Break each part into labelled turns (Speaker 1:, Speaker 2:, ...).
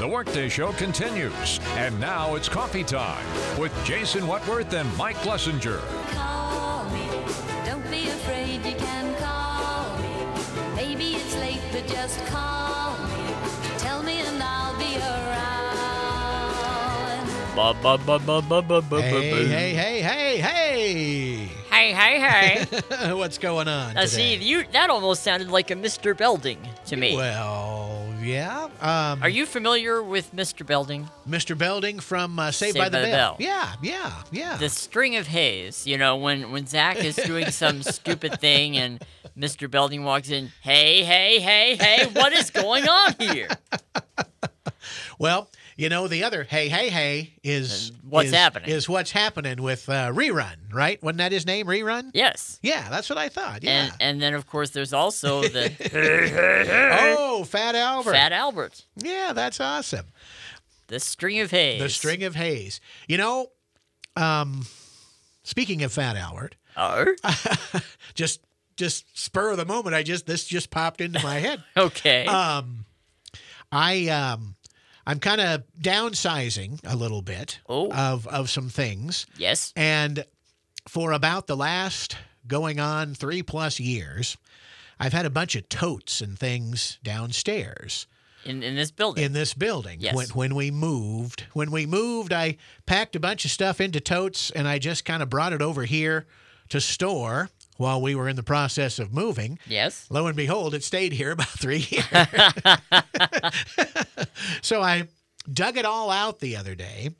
Speaker 1: The Workday Show continues. And now it's coffee time with Jason Wentworth and Mike Lessinger.
Speaker 2: Call me. Don't be afraid, you can call me. Maybe it's late, but just call me. Tell me and I'll be around.
Speaker 3: Ba, ba, ba, ba, ba, ba, ba,
Speaker 4: Hey, hey,
Speaker 3: ba.
Speaker 4: hey, hey,
Speaker 3: hey, hey, hey.
Speaker 4: hey! What's going on?
Speaker 3: Now, see,
Speaker 4: today?
Speaker 3: you that almost sounded like a Mr. Belding to me.
Speaker 4: Well, yeah. Um,
Speaker 3: Are you familiar with Mr. Belding?
Speaker 4: Mr. Belding from uh, Saved,
Speaker 3: Saved
Speaker 4: by the
Speaker 3: by the
Speaker 4: Bell.
Speaker 3: Bell.
Speaker 4: Yeah, yeah, yeah.
Speaker 3: The string of haze. You know, when when Zach is doing some stupid thing and Mr. Belding walks in, hey, hey, hey, hey, what is going on here?
Speaker 4: Well, you know the other hey, hey, hey is
Speaker 3: And what's
Speaker 4: is-
Speaker 3: happening.
Speaker 4: is what's happening with uh, rerun, right? Wasn't that his name, rerun?
Speaker 3: Yes.
Speaker 4: Yeah, that's what I thought. Yeah.
Speaker 3: And and then of course there's also the
Speaker 4: oh, Fat Albert.
Speaker 3: Fat Albert,
Speaker 4: yeah, that's awesome.
Speaker 3: the string of haze.
Speaker 4: The string of haze. You know, um, speaking of Fat Albert,
Speaker 3: Oh.
Speaker 4: just just spur of the moment, I just this just popped into my head.
Speaker 3: Okay.
Speaker 4: Um, I um, I'm kind of downsizing a little bit
Speaker 3: Oh.
Speaker 4: of of some things,
Speaker 3: yes.
Speaker 4: and for about the last going on three plus years, I've had a bunch of totes and things downstairs
Speaker 3: In in this building.
Speaker 4: in this building.
Speaker 3: Yes.
Speaker 4: When, when we moved, when we moved, I packed a bunch of stuff into totes and I just kind of brought it over here to store while we were in the process of moving.
Speaker 3: yes.
Speaker 4: Lo and behold, it stayed here about three years. so I dug it all out the other day.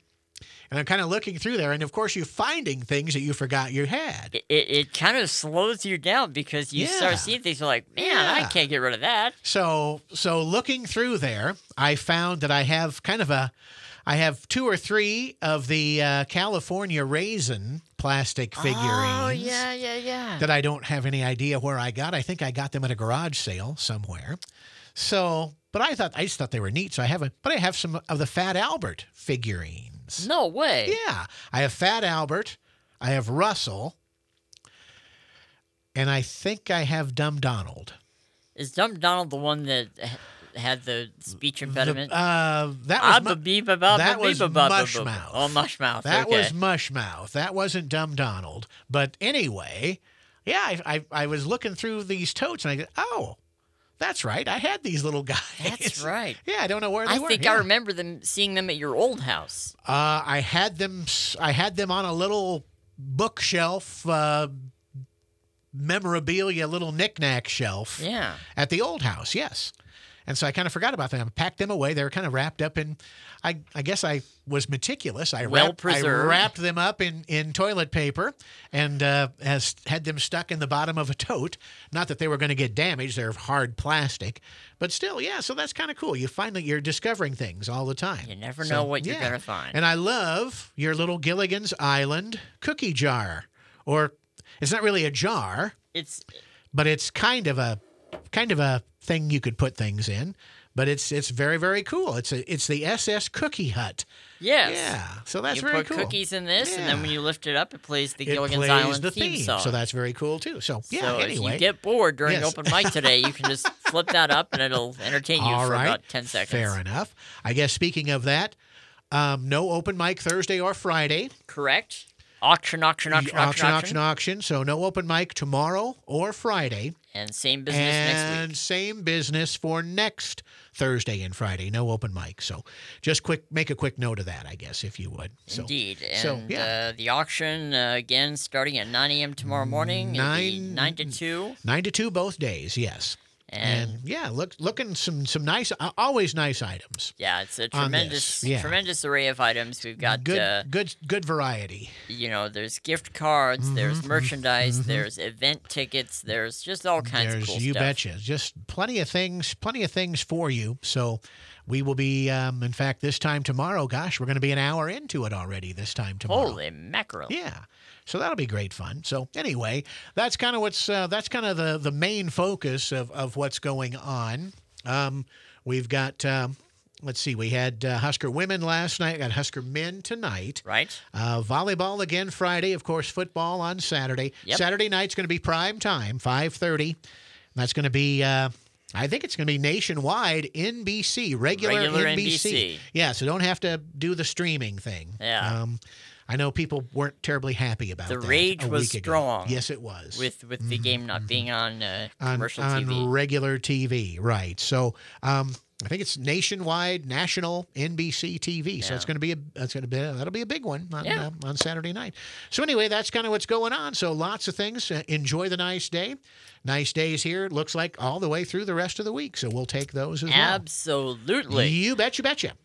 Speaker 4: And I'm kind of looking through there, and of course, you're finding things that you forgot you had.
Speaker 3: It, it, it kind of slows you down because you
Speaker 4: Yeah.
Speaker 3: start seeing things you're like, man, I
Speaker 4: Yeah.
Speaker 3: can't get rid of that.
Speaker 4: So, so looking through there, I found that I have kind of a, I have two or three of the uh, California raisin plastic figurines
Speaker 3: Oh yeah, yeah, yeah.
Speaker 4: that I don't have any idea where I got. I think I got them at a garage sale somewhere. So, but I thought I just thought they were neat. So I have a, but I have some of the Fat Albert figurines.
Speaker 3: No way.
Speaker 4: Yeah, I have Fat Albert, I have Russell, and I think I have Dumb Donald.
Speaker 3: Is Dumb Donald the one that h- had the speech
Speaker 4: The-
Speaker 3: impediment?
Speaker 4: uh, that was
Speaker 3: Ah,
Speaker 4: mu-
Speaker 3: ba-bee, ba-ba,
Speaker 4: that
Speaker 3: ba-bee,
Speaker 4: was
Speaker 3: ba-ba, ba-ba.
Speaker 4: Mushmouth.
Speaker 3: Oh, Mushmouth.
Speaker 4: That
Speaker 3: okay.
Speaker 4: was Mushmouth. That wasn't Dumb Donald. But anyway, yeah, I, I, I was looking through these totes and I go, oh, that's right. I had these little guys.
Speaker 3: That's right.
Speaker 4: Yeah, I don't know where they
Speaker 3: I
Speaker 4: were.
Speaker 3: think
Speaker 4: yeah.
Speaker 3: I remember them seeing them at your old house.
Speaker 4: Uh, I had them. s- I had them on a little bookshelf, uh, memorabilia, little knickknack shelf
Speaker 3: Yeah.
Speaker 4: at the old house. Yes. And so I kind of forgot about them. I packed them away. They were kind of wrapped up in. I, I guess I was meticulous. I
Speaker 3: Well
Speaker 4: wrapped, I
Speaker 3: preserved.
Speaker 4: wrapped them up in, in toilet paper and uh, has had them stuck in the bottom of a tote. Not that they were going to get damaged. They're hard plastic, but still, yeah. So that's kind of cool. You find that you're discovering things all the time.
Speaker 3: You never
Speaker 4: So,
Speaker 3: know what you're
Speaker 4: yeah.
Speaker 3: gonna find.
Speaker 4: And I love your little Gilligan's Island cookie jar, or it's not really a jar
Speaker 3: It's
Speaker 4: but it's kind of a kind of a thing you could put things in. But it's it's very very cool. It's a it's the SS Cookie Hut.
Speaker 3: yes.
Speaker 4: Yeah, so that's
Speaker 3: you
Speaker 4: very
Speaker 3: put
Speaker 4: cool.
Speaker 3: cookies in this, and then
Speaker 4: Yeah.
Speaker 3: when you lift it up, it plays the
Speaker 4: it
Speaker 3: Gilligan's
Speaker 4: plays
Speaker 3: Island
Speaker 4: the
Speaker 3: theme, song.
Speaker 4: so that's very cool too. So yeah,
Speaker 3: so
Speaker 4: anyway,
Speaker 3: if you get bored during
Speaker 4: Yes.
Speaker 3: open mic today, you can just flip that up and it'll entertain you
Speaker 4: all
Speaker 3: for
Speaker 4: right,
Speaker 3: about 10 seconds.
Speaker 4: Fair enough. I guess speaking of that, um, no open mic Thursday or Friday.
Speaker 3: Correct? Auction, auction, auction, auction,
Speaker 4: auction, auction. So no open mic tomorrow or Friday.
Speaker 3: And same business next
Speaker 4: and
Speaker 3: week.
Speaker 4: same business for next Thursday and Friday. No open mic. So just quick, make a quick note of that, I guess, if you would. So
Speaker 3: Indeed. And
Speaker 4: so, yeah.
Speaker 3: uh, the auction, uh, again, starting at 9 a.m. tomorrow morning. it'll be
Speaker 4: Nine-
Speaker 3: 9 to 2.
Speaker 4: nine to two both days. Yes.
Speaker 3: And,
Speaker 4: And, yeah, look, looking some some nice, uh, always nice items.
Speaker 3: yeah, it's a
Speaker 4: on
Speaker 3: tremendous,
Speaker 4: this, yeah.
Speaker 3: tremendous array of items. We've got,
Speaker 4: Good,
Speaker 3: uh,
Speaker 4: good, good variety.
Speaker 3: you know, there's gift cards,
Speaker 4: Mm-hmm,
Speaker 3: there's merchandise, there's event tickets, there's just all kinds
Speaker 4: There's
Speaker 3: of cool
Speaker 4: you
Speaker 3: stuff.
Speaker 4: betcha. Just plenty of things, plenty of things for you. So we will be, um, in fact, this time tomorrow. Gosh, we're going to be an hour into it already. This time tomorrow.
Speaker 3: Holy mackerel.
Speaker 4: Yeah. So that'll be great fun. So anyway, that's kind of what's uh, that's kind of the the main focus of of what's going on. Um, we've got um, let's see, we had uh, Husker women last night. Got Husker men tonight.
Speaker 3: Right?
Speaker 4: Uh, volleyball again Friday, of course. Football on Saturday.
Speaker 3: Yep.
Speaker 4: Saturday night's going to be prime time, five thirty. That's going to be uh, I think it's going to be nationwide NBC, regular,
Speaker 3: Regular
Speaker 4: NBC.
Speaker 3: NBC.
Speaker 4: Yeah, so don't have to do the streaming thing.
Speaker 3: Yeah.
Speaker 4: Um, I know people weren't terribly happy about
Speaker 3: The
Speaker 4: that. a
Speaker 3: rage was
Speaker 4: week ago.
Speaker 3: strong
Speaker 4: Yes, it was.
Speaker 3: with with the game not being on uh,
Speaker 4: Mm-hmm, on,
Speaker 3: commercial
Speaker 4: on
Speaker 3: TV.
Speaker 4: regular TV, right? So um, I think it's nationwide, national NBC TV. So it's
Speaker 3: Yeah.
Speaker 4: going to be a that's going to be that'll be a big one on,
Speaker 3: Yeah.
Speaker 4: uh, on Saturday night. So anyway, that's kind of what's going on. So lots of things. Uh, enjoy the nice day. Nice days here. It looks like all the way through the rest of the week. So we'll take those as well.
Speaker 3: Absolutely.
Speaker 4: You bet. You betcha.